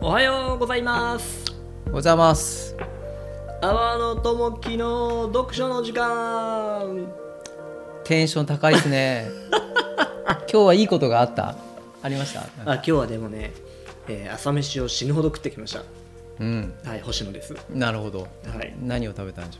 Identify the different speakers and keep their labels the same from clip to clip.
Speaker 1: おはようございます
Speaker 2: おはようございます
Speaker 1: 阿波の友樹の読書の時間
Speaker 2: テンション高いで すね今日はいいことがあったありました
Speaker 1: あ今日はでもね、えー朝飯を死ぬほど食ってきまし
Speaker 2: うん
Speaker 1: たはい星野です
Speaker 2: なるほど
Speaker 1: はい
Speaker 2: 何を食べたんでし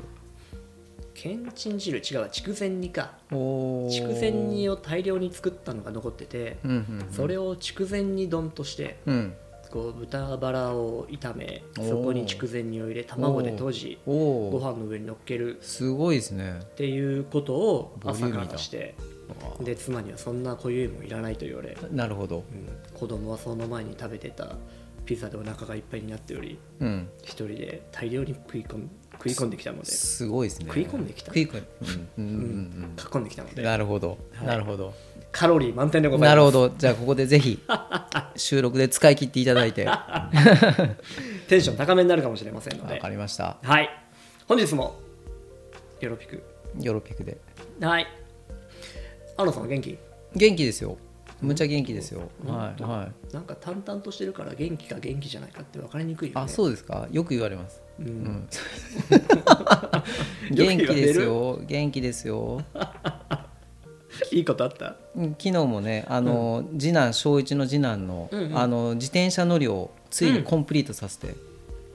Speaker 1: けんちん汁違うわ筑前煮か
Speaker 2: ょうおー
Speaker 1: 筑前煮を大量に作ったのが残ってて、
Speaker 2: うんうん
Speaker 1: それを筑前煮丼として
Speaker 2: うんうん
Speaker 1: こう豚バラを炒め
Speaker 2: おー
Speaker 1: そこに筑前煮を入れ卵でとじ
Speaker 2: お
Speaker 1: ご
Speaker 2: お
Speaker 1: 飯の上に乗っけるっ
Speaker 2: すごいですね
Speaker 1: ていうことを朝か
Speaker 2: ボリューミー
Speaker 1: ら
Speaker 2: だ
Speaker 1: してで妻にはそんな固有もんいらないと言われ、
Speaker 2: なるほど
Speaker 1: うん、子供はその前に食べてたピザでお腹がいっぱいになってより
Speaker 2: うん
Speaker 1: 一人で大量に食い込ん食い込んできたのです
Speaker 2: ごいですね
Speaker 1: 食い込んできた
Speaker 2: 食い込んうんうんうん
Speaker 1: 囲んできたの
Speaker 2: うん
Speaker 1: で
Speaker 2: なるほど
Speaker 1: はい
Speaker 2: なるほど
Speaker 1: カロリー満点でございます
Speaker 2: なるほどじゃあここで ぜひ収録で使い切っていただいてわ
Speaker 1: テンション高めになるかもしれませんので
Speaker 2: かりました
Speaker 1: はい本日もよろぴく
Speaker 2: ヨロピクで
Speaker 1: はいアロさん元気
Speaker 2: 元気ですよむちゃ元気ですよはいはい
Speaker 1: なんか淡々としてるから元気か元気じゃないかって分かりにくいよね
Speaker 2: あそうですかよく言われます、
Speaker 1: う
Speaker 2: うんん
Speaker 1: よく言われ
Speaker 2: 元
Speaker 1: る
Speaker 2: 気ですよ元気ですよ
Speaker 1: いいことあった
Speaker 2: うん昨日もねあの、次男小一の次男の,、
Speaker 1: うんうん
Speaker 2: あの自転車乗りをついにコンプリートさせて、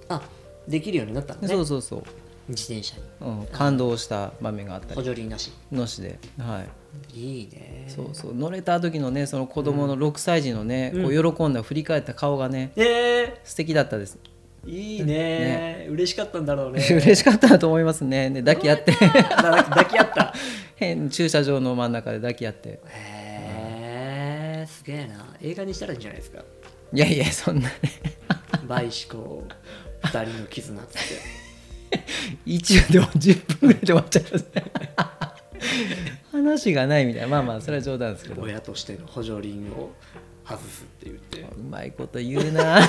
Speaker 1: あできるようになったんだね
Speaker 2: そうそうそう、
Speaker 1: 自転車に
Speaker 2: うん、感動した場面があった
Speaker 1: 補
Speaker 2: り
Speaker 1: 助輪なし
Speaker 2: のしで、はい、
Speaker 1: いいね
Speaker 2: そうそう乗れた時のねその子供の6歳児のね、こう喜んだ振り返った顔がね
Speaker 1: え
Speaker 2: 素敵だったです、
Speaker 1: ー、いいね嬉しかったんだろうね
Speaker 2: 嬉しかったなと思いますねで抱き合って
Speaker 1: 抱き抱き合った
Speaker 2: 変駐車場の真ん中で抱き合って
Speaker 1: へえすげえな映画にしたらいいんじゃないですか
Speaker 2: いやいやそんなね
Speaker 1: 倍思考二人の絆っつって
Speaker 2: 一応でも10分ぐらいで終わっちゃいます ね話がないみたいなまあまあそれは冗談ですけ どう
Speaker 1: 親としての補助輪を外すって言って
Speaker 2: まいこと言 うな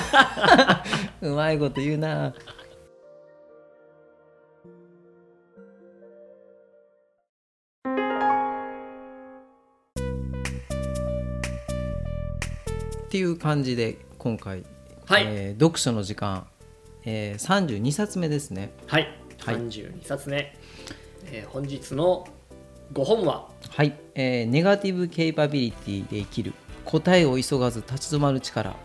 Speaker 2: うまいこと言うなっていう感じで今回、
Speaker 1: はい
Speaker 2: えー読書の時間、えー、32冊目ですね
Speaker 1: はい
Speaker 2: はい
Speaker 1: 32冊目、えー本日の5本は
Speaker 2: はい、えーネガティブ・ケイパビリティで生きる答えを急がず立ち止まる力、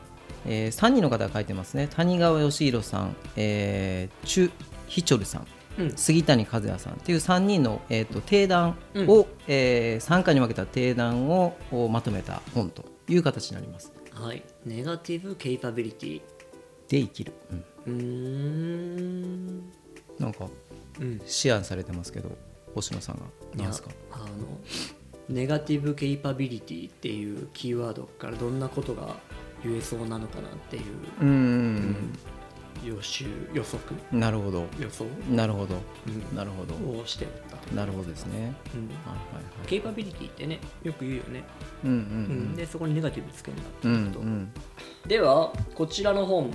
Speaker 2: え3人の方が書いてますね谷川義弘さん、えーチュ・ヒチョルさん
Speaker 1: うん
Speaker 2: 杉谷和也さんという3人の、えー、と定談を、え3回に分けた定談ををまとめた本という形になります。
Speaker 1: はいネガティブ・ケイパビリティ
Speaker 2: で生きる、うん
Speaker 1: うーん
Speaker 2: なんか
Speaker 1: うん
Speaker 2: 思案されてますけど星野さんが
Speaker 1: い
Speaker 2: 何
Speaker 1: や
Speaker 2: ですか
Speaker 1: あのネガティブ・ケイパビリティっていうキーワードからどんなことが言えそうなのかなっていう
Speaker 2: うんうん
Speaker 1: 予習予測
Speaker 2: うんなるほど
Speaker 1: 予想
Speaker 2: なるほど、
Speaker 1: うん
Speaker 2: なるほど
Speaker 1: をしてたと、
Speaker 2: なるほどですね。
Speaker 1: うん
Speaker 2: はいはいはい
Speaker 1: ケイパビリティってねよく言うよね、
Speaker 2: うん
Speaker 1: うんでそこにネガティブつけるんだって
Speaker 2: うんう
Speaker 1: いうこと、
Speaker 2: ん
Speaker 1: ではこちらの本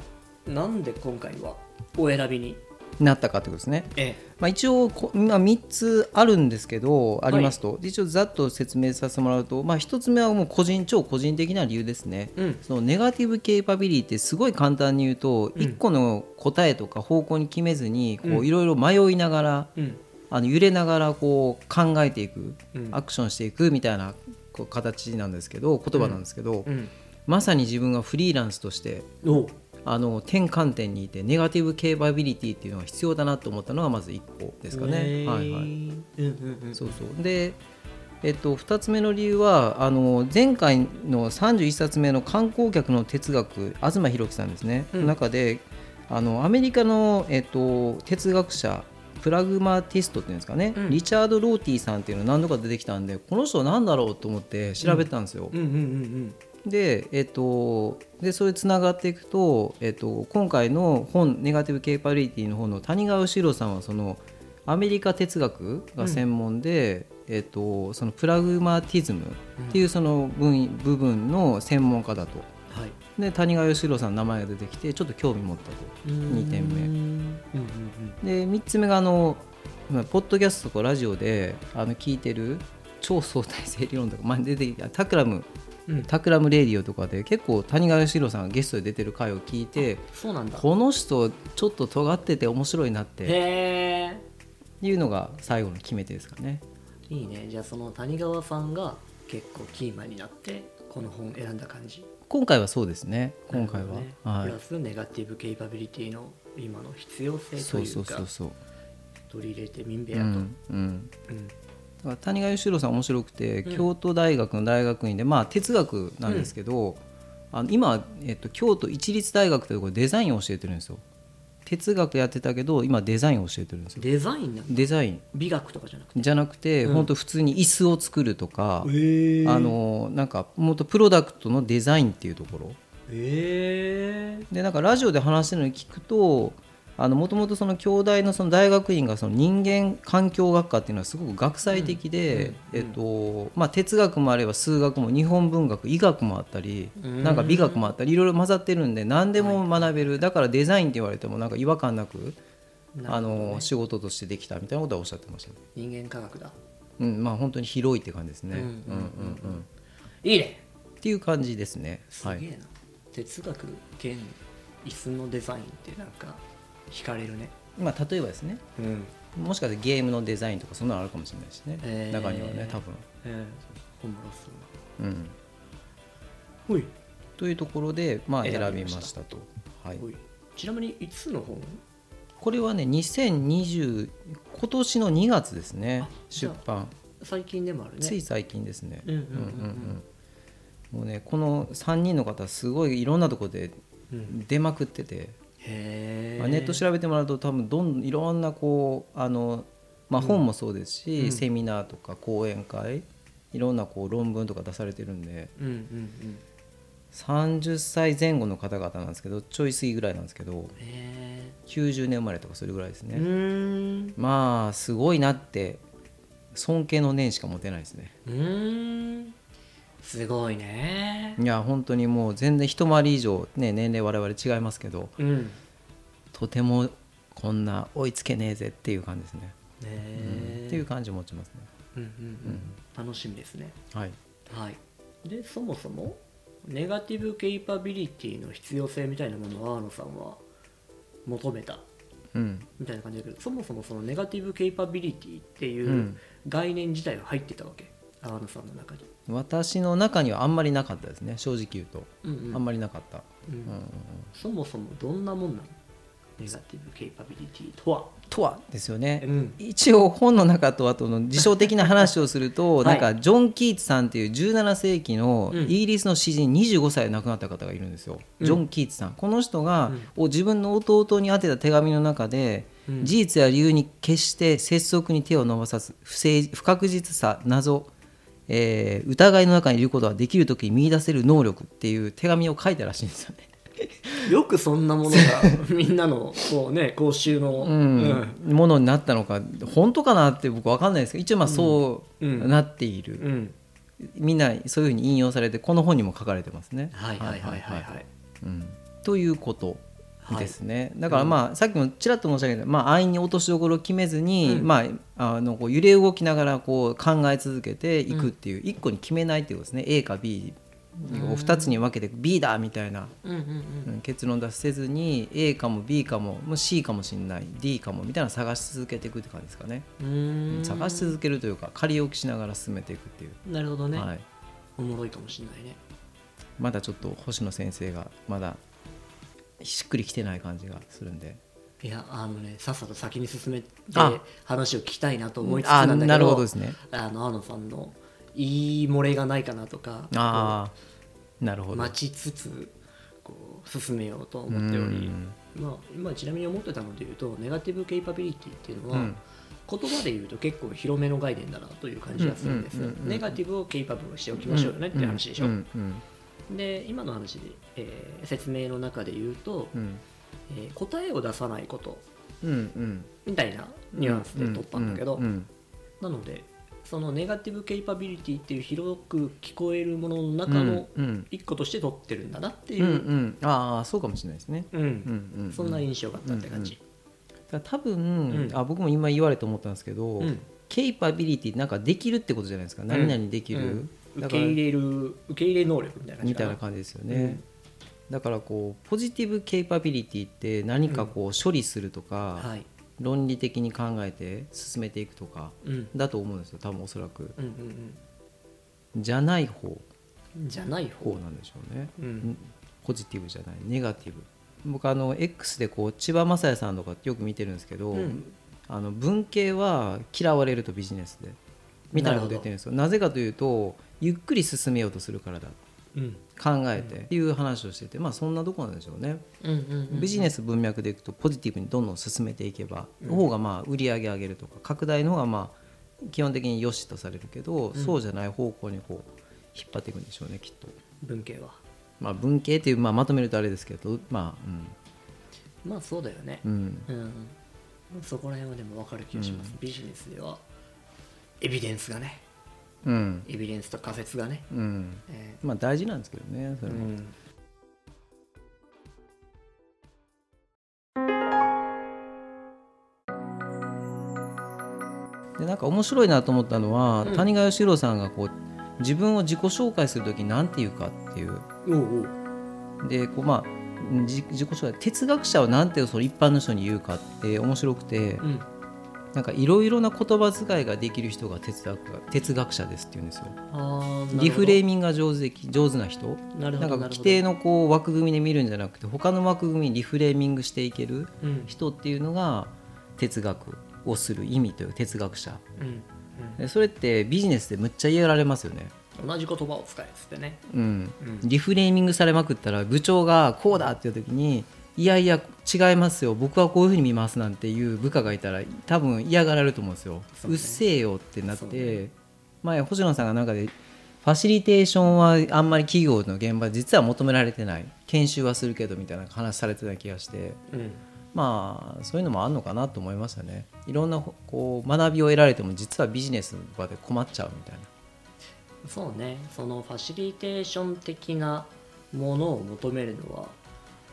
Speaker 1: なんで今回はお選びに
Speaker 2: なったかってことですね、
Speaker 1: え
Speaker 2: まあ、一応こ、まあ、3つあるんですけどありますと、一応ざっと説明させてもらうと、まあ、1つ目はもう個人超個人的な理由ですね、
Speaker 1: うん
Speaker 2: そのネガティブケイパビリティってすごい簡単に言うと、
Speaker 1: うん
Speaker 2: 一1個の答えとか方向に決めずにこ
Speaker 1: う
Speaker 2: うんいろいろ迷いながら、
Speaker 1: うん
Speaker 2: あの揺れながらこう考えていく、
Speaker 1: うん
Speaker 2: アクションしていくみたいなこう形なんですけど言葉なんですけど、
Speaker 1: うん
Speaker 2: まさに自分がフリーランスとして
Speaker 1: おう
Speaker 2: あの転換点にいてネガティブケイパビリティっていうのが必要だなと思ったのがまず1個ですかね。
Speaker 1: へー
Speaker 2: はいは
Speaker 1: う
Speaker 2: い、
Speaker 1: んうんうん
Speaker 2: そうそうで、えっと、2つ目の理由はあの前回の31冊目の観光客の哲学東博樹さんですね、
Speaker 1: うん
Speaker 2: の中であのアメリカの、えっと、哲学者プラグマティストっていうんですかね、
Speaker 1: うん
Speaker 2: リチャード・ローティさんっていうの何度か出てきたんでこの人なんだろうと思って調べたんですよ。
Speaker 1: うんうんうん
Speaker 2: で,、えっとでそれつながっていくと、えっと今回の本「ネガティブ・ケイパビリティ」の方の谷川義郎さんはそのアメリカ哲学が専門で、えっとそのプラグマティズムっていうその分、部分の専門家だと。
Speaker 1: うんはい
Speaker 2: で谷川義郎さんの名前が出てきてちょっと興味持ったと。
Speaker 1: 2
Speaker 2: 点目
Speaker 1: うんうん
Speaker 2: で3つ目があのまあポッドキャストとかラジオであの聞いてる超相対性理論とか、まあ、出てきたタクラム
Speaker 1: うん
Speaker 2: タクラムレディオ」とかで結構谷川義郎さんがゲストで出てる回を聞いて
Speaker 1: そうなんだ
Speaker 2: この人ちょっと尖ってて面白いなって
Speaker 1: へえ
Speaker 2: いうのが最後の決め手ですかね。
Speaker 1: いいねじゃあその谷川さんが結構キーマンになってこの本選んだ感じ
Speaker 2: 今回はそうですね今回は、
Speaker 1: なるほどね
Speaker 2: は
Speaker 1: プラスネガティブケイパビリティの今の必要性
Speaker 2: い、
Speaker 1: と
Speaker 2: そう
Speaker 1: い
Speaker 2: そううそ
Speaker 1: か
Speaker 2: うそう、
Speaker 1: 取り入れて民部
Speaker 2: う
Speaker 1: 屋と、うん
Speaker 2: んうん、だから谷川義郎さん面白くて、
Speaker 1: うん
Speaker 2: 京都大学の大学院で、まあ、哲学なんですけど、あの今、えっと、京都一律大学というところでデザインを教えてるんですよ哲学やってたけど今デザインを教えてるんですよ
Speaker 1: デザインなんだ
Speaker 2: デザイン
Speaker 1: 美学とかじゃなくて
Speaker 2: じゃなくて、
Speaker 1: うん
Speaker 2: 本当普通に椅子を作るとか、
Speaker 1: え
Speaker 2: あのなんかもっとプロダクトのデザインっていうところ
Speaker 1: え
Speaker 2: でなんかラジオで話してるのに聞くともともとその京大のその大学院がその人間環境学科っていうのはすごく学際的で、
Speaker 1: うん
Speaker 2: えっとまあ、哲学もあれば数学も日本文学医学もあったりなんか美学もあったりいろいろ混ざってるんで何でも学べるだからデザインって言われてもなんか違和感なくあの仕事としてできたみたいなことはおっしゃってましたね。
Speaker 1: 人間科学だ
Speaker 2: うんまあ、本当に広いって感じです
Speaker 1: う
Speaker 2: ね。うんん
Speaker 1: うん
Speaker 2: うんうん
Speaker 1: いいね
Speaker 2: っていう感じですね。
Speaker 1: すげ
Speaker 2: は
Speaker 1: え
Speaker 2: い、
Speaker 1: な、哲学兼椅子のデザインってなんか惹かれるね
Speaker 2: まあ例えばですね
Speaker 1: うん、
Speaker 2: もしかしてゲームのデザインとかそんなのあるかもしれないしね、
Speaker 1: えー
Speaker 2: 中にはね多分、
Speaker 1: えー、おもろそう
Speaker 2: うん、
Speaker 1: ほい
Speaker 2: というところで、まあ、
Speaker 1: 選
Speaker 2: 選
Speaker 1: び
Speaker 2: び
Speaker 1: ました
Speaker 2: ましたと、はい、
Speaker 1: ほいちなみにいつの本
Speaker 2: これはね2020今年の2月ですね
Speaker 1: あじゃ
Speaker 2: 出
Speaker 1: あ
Speaker 2: 版
Speaker 1: 最近でもあるね
Speaker 2: つい最近ですね
Speaker 1: うんうん
Speaker 2: うんうんもうねこの3人の方すごいいろんなとこで
Speaker 1: うんうんうん
Speaker 2: 出まくってて、
Speaker 1: へ
Speaker 2: まあネット調べてもらうと多分どんいろんなこうあの、まあ、本もそうですし、
Speaker 1: うん
Speaker 2: セミナーとか講演会いろんなこう論文とか出されてるんで
Speaker 1: べうんうん
Speaker 2: 30歳前後の方々なんですけどちょい過ぎぐらいなんですけど
Speaker 1: うんへ
Speaker 2: 90年生まれとかそれぐらいです
Speaker 1: え、う
Speaker 2: ね、
Speaker 1: ーん
Speaker 2: まあすごいなって尊敬の念しか持てないですね
Speaker 1: うーんすごいね
Speaker 2: いや本当にもう全然一回り以上、ね、年齢我々違いますけど
Speaker 1: うんね
Speaker 2: とてもこんな追いつけねえぜっていう感じですね、
Speaker 1: え、
Speaker 2: っていう感じ持ちますね
Speaker 1: うんうんうん楽しみですね
Speaker 2: はい
Speaker 1: はいでそもそもネガティブケイパビリティの必要性みたいなものを阿野さんは求めた
Speaker 2: うん
Speaker 1: みたいな感じだけどそもそもそのネガティブケイパビリティっていううん概念自体が入ってたわけ阿野さんの中に、
Speaker 2: 私の中にはあんまりなかったですね正直言うと、
Speaker 1: うんうん
Speaker 2: あんまりなかった、
Speaker 1: う
Speaker 2: うんうんうんん、
Speaker 1: そもそもどんなもんなのネガティブケイパビリティとは
Speaker 2: とはですよね、
Speaker 1: うん
Speaker 2: 一応本の中とあとの辞書的な話をすると、
Speaker 1: はい
Speaker 2: なんかジョン・キーツさんっていう17世紀の
Speaker 1: うん
Speaker 2: イギリスの詩人25歳で亡くなった方がいるんですよ、
Speaker 1: うん
Speaker 2: ジョン・キーツさんこの人が、
Speaker 1: う
Speaker 2: を自分の弟に宛てた手紙の中で、
Speaker 1: うん
Speaker 2: 事実や理由に決して拙速に手を伸ばさず不正不確実さ謎、えー疑いの中にいることはできる時に見出せる能力っていう手紙を書いたらしいんですよね。
Speaker 1: よくそんなものが みんなのこうね講習の、
Speaker 2: うんものになったのか本当かなって僕分かんないですけど一応まあそう
Speaker 1: うんうん
Speaker 2: なっている、
Speaker 1: うん
Speaker 2: みんなそういうふうに引用されてこの本にも書かれてますね。
Speaker 1: はいはいはいはい
Speaker 2: は
Speaker 1: はい
Speaker 2: うんということ
Speaker 1: はい
Speaker 2: ですね、だからまあ、さっきもちらっと申し上げた、まあ、安易に落としどころを決めずに、
Speaker 1: うん
Speaker 2: まあ、あのこう揺れ動きながらこう考え続けていくっていう、一個に決めないっていうことですね A か B を2つに分けて B だみたいな、
Speaker 1: うんうんうん
Speaker 2: うん結論出せずに A かも B かももう C かもしれない D かもみたいなのを探し続けていくって感じですかね、
Speaker 1: うーん
Speaker 2: 探し続けるというか仮置きしながら進めていくっていう、
Speaker 1: なるほどね、
Speaker 2: はい、
Speaker 1: おもろいかもしれないね
Speaker 2: まだちょっと星野先生がまだしっくりきてない感じがするんで
Speaker 1: いやあのねさっさと先に進めて
Speaker 2: あ
Speaker 1: 話を聞きたいなと思いつつ
Speaker 2: あ
Speaker 1: なんだけど
Speaker 2: なるほどですね
Speaker 1: あの阿野さんのいい漏れがないかなとか
Speaker 2: ああなる
Speaker 1: こ
Speaker 2: ほ
Speaker 1: う
Speaker 2: ど
Speaker 1: 待ちつつこう進めようと思っており
Speaker 2: うん
Speaker 1: まあ今ちなみに思ってたので言うとネガティブケイパビリティっていうのは、
Speaker 2: うん
Speaker 1: 言葉で言うと結構広めの概念だなという感じがするんです
Speaker 2: うんうんうんうん
Speaker 1: ネガティブをケイパブルにしておきましょうよねっていう話でしょ、
Speaker 2: うんうん
Speaker 1: で今の話で、えー説明の中で言うと、
Speaker 2: うん
Speaker 1: えー答えを出さないこと
Speaker 2: うんうん
Speaker 1: みたいなニュアンスで取ったんだけど、
Speaker 2: うんうん
Speaker 1: なのでそのネガティブケイパビリティっていう広く聞こえるものの
Speaker 2: うん
Speaker 1: 中の
Speaker 2: うん
Speaker 1: 一個として取ってるんだなってい
Speaker 2: うんう
Speaker 1: う、
Speaker 2: んああそうかもしれないですね
Speaker 1: うん
Speaker 2: うんうん
Speaker 1: そんな印象があったって感じ。
Speaker 2: だから多分、
Speaker 1: ん
Speaker 2: あ僕も今言われて思ったんですけど、
Speaker 1: うん
Speaker 2: ケイパビリティなんかできるってことじゃないですか何々できる、
Speaker 1: うん受け入れる受け入れ能力みたいな感じ
Speaker 2: み
Speaker 1: か
Speaker 2: たい
Speaker 1: な
Speaker 2: な感じですよね、だからこうポジティブ・ケイパビリティって何かこう処理するとか、
Speaker 1: はい
Speaker 2: 論理的に考えて進めていくとか
Speaker 1: うん
Speaker 2: だと思うんですよ多分おそらく
Speaker 1: うんうん
Speaker 2: じゃない方
Speaker 1: うんじゃない方
Speaker 2: 方なんでしょうね
Speaker 1: うん
Speaker 2: ポジティブじゃないネガティブ僕あの X でこう千葉雅也さんとかよく見てるんですけど、
Speaker 1: うん
Speaker 2: あの文系は嫌われるとビジネスでみたいなこと言ってるんですよなぜかというとゆっくり進めようとするからだ
Speaker 1: うん
Speaker 2: 考えてっていう話をしててまあそんなとこなんでしょうね
Speaker 1: うんうんうん
Speaker 2: ビジネス文脈でいくとポジティブにどんどん進めていけば、の方がまあ売り上げ上げるとか拡大の方がまあ基本的に良しとされるけど、そうじゃない方向にこう引っ張っていくんでしょうねきっと。
Speaker 1: 文系は
Speaker 2: まあ、文系っていう、まあ、まとめるとあれですけど、まあ
Speaker 1: まあそうだよね
Speaker 2: うんうん、
Speaker 1: うんそこら辺はでも分かる気がしますビジネスではエビデンスがね
Speaker 2: うん
Speaker 1: エビデンスと仮説がね
Speaker 2: うん
Speaker 1: え
Speaker 2: まあ、大事なんですけどねそ
Speaker 1: ー
Speaker 2: れも、でなんか面白いなと思ったのは、
Speaker 1: うん
Speaker 2: 谷川義郎さんがこう自分を自己紹介する時に何て言うかっていう
Speaker 1: おうおう
Speaker 2: でこうまあじ自己紹介哲学者は何てその一般の人に言うかって面白くて、
Speaker 1: うん
Speaker 2: なんかいろいろな言葉遣いができる人が哲学が哲学者ですって言うんですよ。
Speaker 1: あーなるほど
Speaker 2: リフレーミングが上手でき上手な人
Speaker 1: なるほど
Speaker 2: なんか
Speaker 1: なる
Speaker 2: 規
Speaker 1: ほど
Speaker 2: 定のこう枠組みで見るんじゃなくて他の枠組みにリフレーミングしていける
Speaker 1: うん
Speaker 2: 人っていうのが哲学をする意味という哲学者
Speaker 1: うん
Speaker 2: でそれってビジネスでむっちゃやられますよね、
Speaker 1: うん同じ言葉を使えっつってね
Speaker 2: うん、
Speaker 1: うん
Speaker 2: リフレーミングされまくったら部長がこうだっていう時にいやいや違いますよ僕はこういうふうに見ますなんていう部下がいたら多分嫌がられると思うんですよ,、
Speaker 1: そううね
Speaker 2: っせえよってなっ
Speaker 1: そう
Speaker 2: て、前星野さんが中でファシリテーションはあんまり企業の現場実は求められてない研修はするけどみたいな話されてた気がして
Speaker 1: うん
Speaker 2: まあそういうのもあるのかなと思いましたねいろんなこう学びを得られても実はビジネスの場で困っちゃうみたいな
Speaker 1: そうねそのファシリテーション的なものを求めるのは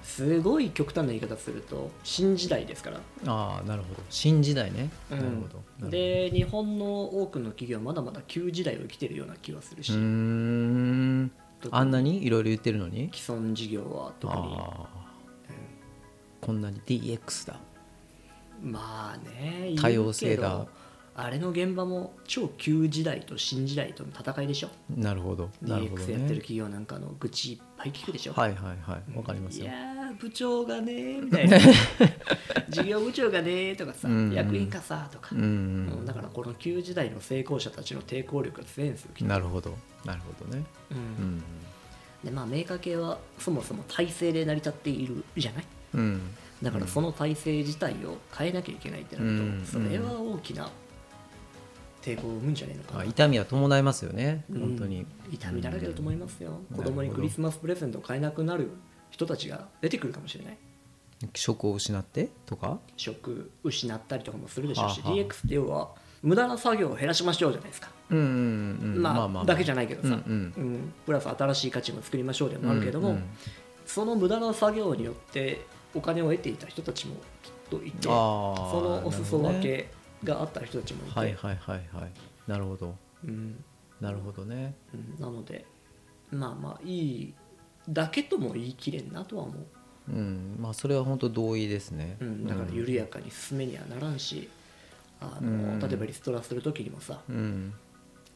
Speaker 1: すごい極端な言い方すると新時代ですから
Speaker 2: ああなるほど新時代ね、
Speaker 1: うん
Speaker 2: なるほどなるほど
Speaker 1: で日本の多くの企業はまだまだ旧時代を生きてるような気がする
Speaker 2: う
Speaker 1: し、
Speaker 2: ーんあんなにいろいろ言ってるのに
Speaker 1: 既存事業は特に
Speaker 2: あーこんなに DX だ
Speaker 1: まあね
Speaker 2: 多様性だ
Speaker 1: 言うけどあれの現場も超旧時代と新時代との戦いでしょ
Speaker 2: なるほどなるほど、ね、
Speaker 1: DX やってる企業なんかの愚痴いっぱい聞くでしょ、
Speaker 2: はいはいはいわかりますよ
Speaker 1: いやー部長がねーみた いな事業部長がねーとかさ、
Speaker 2: うんうん
Speaker 1: 役員かさとか、
Speaker 2: うん、う
Speaker 1: うん
Speaker 2: ん
Speaker 1: だからこの旧時代の成功者たちの抵抗力が強いんですよ、きっと
Speaker 2: なるほどなるほどね
Speaker 1: うん
Speaker 2: うん
Speaker 1: でまあメーカー系はそもそも体制で成り立っているじゃない
Speaker 2: うん
Speaker 1: だからその体制自体を変えなきゃいけないってなると、
Speaker 2: うん
Speaker 1: それは大きな抵抗を生むんじゃないのか
Speaker 2: ま
Speaker 1: な、
Speaker 2: あ痛みは伴いますよね
Speaker 1: うん
Speaker 2: 本当に、
Speaker 1: 痛みだらけだと思いますよ、
Speaker 2: うん
Speaker 1: 子供にクリスマスプレゼントを買えなくなる人たちが出てくるかもしれない
Speaker 2: 職を失ってとか
Speaker 1: 職失ったりとかもするでしょうし
Speaker 2: はあはあ
Speaker 1: DX って要は無駄な作業を減らしましょうじゃないですか、
Speaker 2: うんうんうん
Speaker 1: まあ、だけじゃないけどさ、
Speaker 2: うん
Speaker 1: うんプラス新しい価値も作りましょうでもあるけども、
Speaker 2: うんうん
Speaker 1: その無駄な作業によってお金を得ていた人たちもきっといてそ
Speaker 2: あー
Speaker 1: のお裾分けがあった人たちもいて、
Speaker 2: はいはいはいはいなるほど
Speaker 1: うん
Speaker 2: なるほどね
Speaker 1: うんなのでまあまあいいだけとも言い切れんなとは思う、
Speaker 2: うんまあそれは本当同意ですね、
Speaker 1: うん、だから緩やかに進めにはならんしあの、
Speaker 2: うん
Speaker 1: 例えばリストラする時にもさ
Speaker 2: うん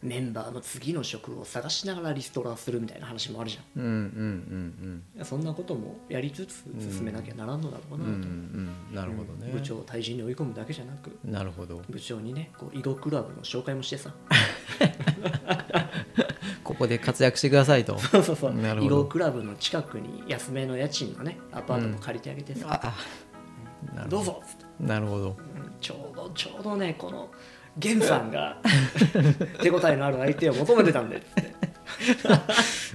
Speaker 1: メンバーの次の職を探しながらリストラするみたいな話もあるじ
Speaker 2: うんうんうん
Speaker 1: ゃんそんなこともやりつつ進めなきゃならんのだろう
Speaker 2: うんう
Speaker 1: なと、
Speaker 2: んうんなるほどね、
Speaker 1: 部長を退陣に追い込むだけじゃなく
Speaker 2: なるほど
Speaker 1: 部長にねこう囲碁クラブの紹介もして さ
Speaker 2: ここで活躍してくださいと
Speaker 1: そうそうそう
Speaker 2: なる
Speaker 1: 囲
Speaker 2: ほど
Speaker 1: 碁クラブの近くに安めの家賃のねアパートも借りてあげてさ、
Speaker 2: ああなる
Speaker 1: ど
Speaker 2: ほ
Speaker 1: う
Speaker 2: ど
Speaker 1: ぞっつって
Speaker 2: なるほど
Speaker 1: うんちょうどちょうどねこの源さん が手応えのある相手を求めてたんでっつって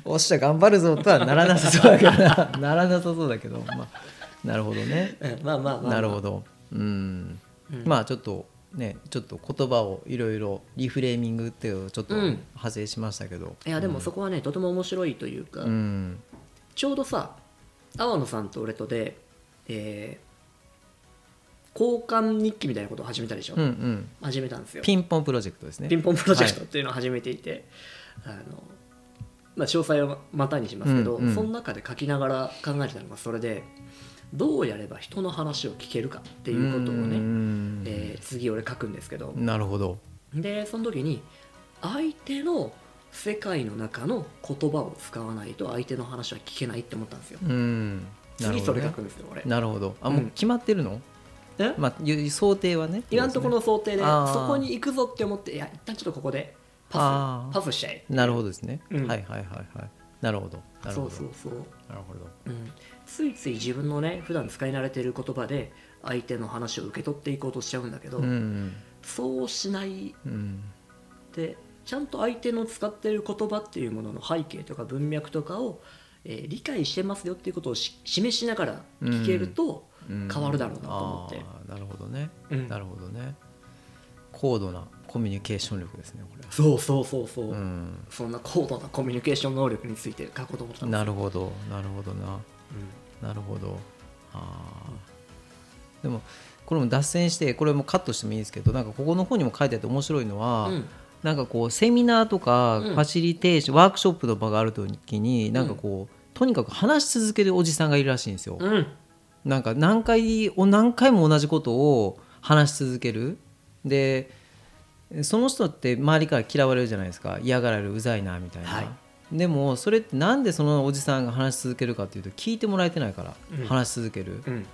Speaker 2: おっしゃ頑張るぞとはならなさそうだけどなならなさそうだけど、まあ、なるほどね
Speaker 1: うんまあまあまあ、まあ、
Speaker 2: なるほどうん、まあちょっとねちょっと言葉をいろいろリフレーミングっていうのをちょっと
Speaker 1: うん
Speaker 2: 派生しましたけど
Speaker 1: いやでもそこはねとても面白いというか、
Speaker 2: うん
Speaker 1: ちょうどさ天野さんと俺とで、えー交換日記みたいなことを始めたでしょ、
Speaker 2: うんうん
Speaker 1: 始めたんですよ
Speaker 2: ピンポンプロジェクトですね
Speaker 1: ピンポンプロジェクトっていうのを始めていて、あのまあ、詳細はまたにしますけど、
Speaker 2: うんうん
Speaker 1: その中で書きながら考えてたのがそれでどうやれば人の話を聞けるかっていうことを
Speaker 2: う
Speaker 1: ね、
Speaker 2: ん
Speaker 1: えー次俺書くんですけど
Speaker 2: なるほど
Speaker 1: でその時に相手の世界の中の言葉を使わないと相手の話は聞けないって思ったんですよ。
Speaker 2: うんなる
Speaker 1: 次
Speaker 2: ほ
Speaker 1: そ
Speaker 2: ど
Speaker 1: れ
Speaker 2: ね
Speaker 1: 書くんですよ俺。
Speaker 2: なるほどあ
Speaker 1: うん
Speaker 2: もう決まってるの、
Speaker 1: え
Speaker 2: まあ、ゆ想定はね
Speaker 1: 今のところの想定で
Speaker 2: あー
Speaker 1: そこに行くぞって思っていや一旦ちょっとここで
Speaker 2: あ
Speaker 1: パ
Speaker 2: ー
Speaker 1: スパスしちゃえ。
Speaker 2: なるほどですね、
Speaker 1: うん
Speaker 2: はいはいはいはいなるほどなる
Speaker 1: そ
Speaker 2: ほど
Speaker 1: うそうそう
Speaker 2: なるほど
Speaker 1: うん、ついつい自分のね普段使い慣れてる言葉で相手の話を受け取っていこうとしちゃうんだけど、
Speaker 2: うん
Speaker 1: そうしないっ
Speaker 2: うん
Speaker 1: てちゃんと相手の使ってる言葉っていうものの背景とか文脈とかを、えー理解してますよっていうことをし示しながら聞けると、
Speaker 2: うん
Speaker 1: 変わるだろうなと思って
Speaker 2: あーなるほどね、
Speaker 1: うん
Speaker 2: なるほどね高度なコミュニケーション力ですねこれは
Speaker 1: そうそうそうそう、
Speaker 2: うん
Speaker 1: そんな高度なコミュニケーション能力について書こうと思ったんです
Speaker 2: なるほどなるほどな
Speaker 1: うん
Speaker 2: なるほどあーでもこれも脱線してこれもカットしてもいいですけどなんかここの方にも書いてあって面白いのは、
Speaker 1: うん
Speaker 2: なんかこうセミナーとか
Speaker 1: う
Speaker 2: フ
Speaker 1: ん
Speaker 2: ァシリテーション、ワークショップの場がある時になんかこう、とにかく話し続けるおじさんがいるらしいんですよ。
Speaker 1: うん
Speaker 2: なんか何回を何回も同じことを話し続けるでその人って周りから嫌われるじゃないですか嫌がられるうざいなみたいな、
Speaker 1: はい
Speaker 2: でもそれってなんでそのおじさんが話し続けるかっていうと聞いてもらえてないから、
Speaker 1: うん
Speaker 2: 話し続ける
Speaker 1: うん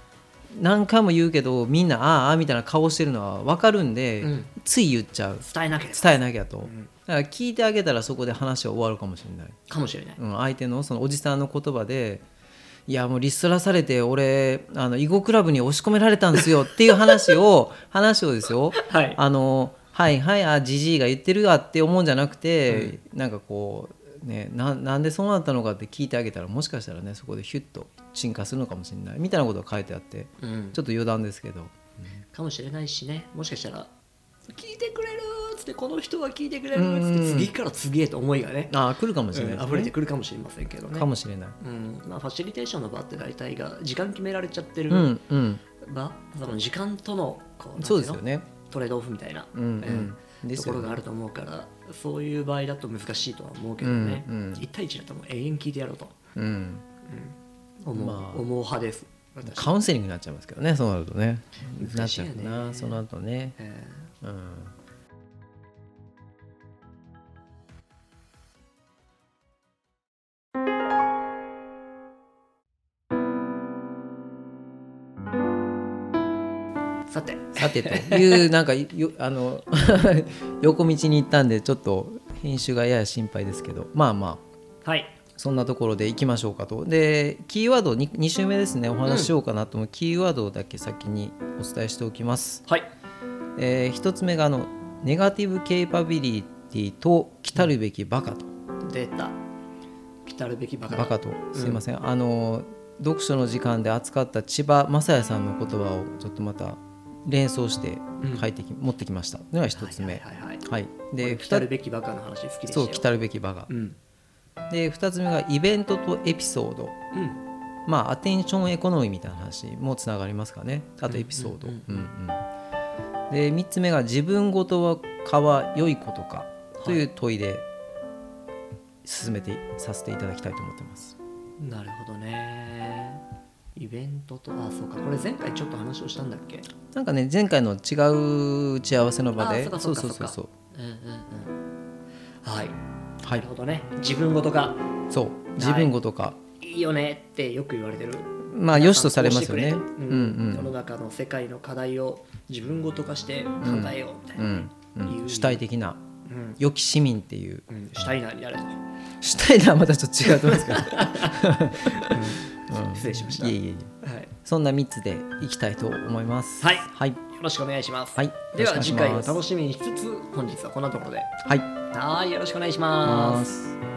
Speaker 2: 何回も言うけどみんなああああみたいな顔してるのは分かるんで、
Speaker 1: うん
Speaker 2: つい言っちゃう
Speaker 1: 伝えなければ
Speaker 2: 伝えなきゃと、
Speaker 1: ん
Speaker 2: だから聞いてあげたらそこで話は終わるかもしれない
Speaker 1: かもしれない、
Speaker 2: うん、相手のそのおじさんの言葉で「いやもうリストラされて俺あの囲碁クラブに押し込められたんですよ」 っていう話を話をですよ
Speaker 1: はい
Speaker 2: あのはいはいあじじいが言ってるわって思うんじゃなくて、なんかこう、ね、ななんでそうなったのかって聞いてあげたらもしかしたらねそこでヒュッと進化するのかもしれないみたいなことが書いてあって
Speaker 1: うん
Speaker 2: ちょっと余談ですけど。
Speaker 1: かもしれないしねもしかしたら聞いてくれるっつってこの人は聞いてくれるっつって
Speaker 2: うん
Speaker 1: 次から次へと思いがね、
Speaker 2: あー来るかもし
Speaker 1: う
Speaker 2: れない
Speaker 1: ん、
Speaker 2: ですね、
Speaker 1: 溢れてくるかもしれませんけどね
Speaker 2: かもしれない。
Speaker 1: うんまあ、ファシリテーションの場って大体が時間決められちゃってる
Speaker 2: う
Speaker 1: 場、
Speaker 2: んうん、
Speaker 1: その時間とのこう
Speaker 2: そうですよ
Speaker 1: なんていの
Speaker 2: ね。
Speaker 1: トレードオフみたいな、
Speaker 2: うんうん
Speaker 1: えー
Speaker 2: です
Speaker 1: と
Speaker 2: よ
Speaker 1: こ
Speaker 2: ね
Speaker 1: ろがあると思うからそういう場合だと難しいとは思うけどね、
Speaker 2: うんうん
Speaker 1: 1対1だともう永遠聞いてやろうと
Speaker 2: うん、
Speaker 1: 思う,、
Speaker 2: まあ
Speaker 1: 思う派です私
Speaker 2: カウンセリングになっちゃいますけどねそうなるとねな
Speaker 1: 難
Speaker 2: っ
Speaker 1: し
Speaker 2: ち
Speaker 1: い
Speaker 2: ゃ
Speaker 1: よ
Speaker 2: う
Speaker 1: ね
Speaker 2: かなその後ね
Speaker 1: え
Speaker 2: うん
Speaker 1: ーさて
Speaker 2: さてと いうなんかよあの 横道に行ったんでちょっと編集がやや心配ですけどまあまあ
Speaker 1: はい
Speaker 2: そんなところで行きましょうかとでキーワード 2, 2週目ですねお話ししようかなと思う、キーワードだけ先にお伝えしておきます、
Speaker 1: はい
Speaker 2: え1つ目があのネガティブ・ケイパビリティと来たるべきバカと
Speaker 1: 出た来たるべきバカ
Speaker 2: バカとすいません、あの読書の時間で扱った千葉雅也さんの言葉をちょっとまた連想して書いてき、持ってきましたのが一つ目
Speaker 1: はいはいはいはい
Speaker 2: はいで
Speaker 1: で来たるべきバカの話好きでした
Speaker 2: そ
Speaker 1: よ
Speaker 2: う来たるべきバカ
Speaker 1: うん
Speaker 2: で二つ目がイベントとエピソード
Speaker 1: うん
Speaker 2: まあアテンションエコノミーみたいな話もつながりますかねあとエピソード
Speaker 1: うん
Speaker 2: うんうんで三つ目が自分事はかは良いことかという問いで進めてさせていただきたいと思ってます
Speaker 1: なるほどねイベントとあそうかこれ前回ちょっと話をしたんだっけ
Speaker 2: なんかね前回の違う打ち合わせの場で
Speaker 1: あ
Speaker 2: そ
Speaker 1: そうう
Speaker 2: そ
Speaker 1: かそうう
Speaker 2: そう
Speaker 1: か
Speaker 2: そ
Speaker 1: う
Speaker 2: う
Speaker 1: んうんうんはい、
Speaker 2: は
Speaker 1: ないるほどね自分ごとが
Speaker 2: そう自分ごとか、
Speaker 1: いいよねってよく言われてる
Speaker 2: まあ良しとされますよね
Speaker 1: う
Speaker 2: うんん
Speaker 1: 世の中の世界の課題を自分ごと化して考えようみたい
Speaker 2: うんう
Speaker 1: な、うん
Speaker 2: んうん
Speaker 1: いい
Speaker 2: 主体的な
Speaker 1: うん
Speaker 2: 良き市民っていう
Speaker 1: したいなになると、
Speaker 2: 主体とはまたちょっと違うと思いますけど
Speaker 1: 失礼しました
Speaker 2: いえいえいえ
Speaker 1: はい、
Speaker 2: そんな3つでいきたいと思います
Speaker 1: はい
Speaker 2: はい
Speaker 1: よろしくお願いします、
Speaker 2: はい
Speaker 1: で
Speaker 2: よ
Speaker 1: は
Speaker 2: ろし
Speaker 1: 次
Speaker 2: くお願い
Speaker 1: 回
Speaker 2: し
Speaker 1: を楽
Speaker 2: ます
Speaker 1: しみにしつつ本日はこんなところで
Speaker 2: はい
Speaker 1: はいよろしくお願いし
Speaker 2: 行き
Speaker 1: ま
Speaker 2: ますす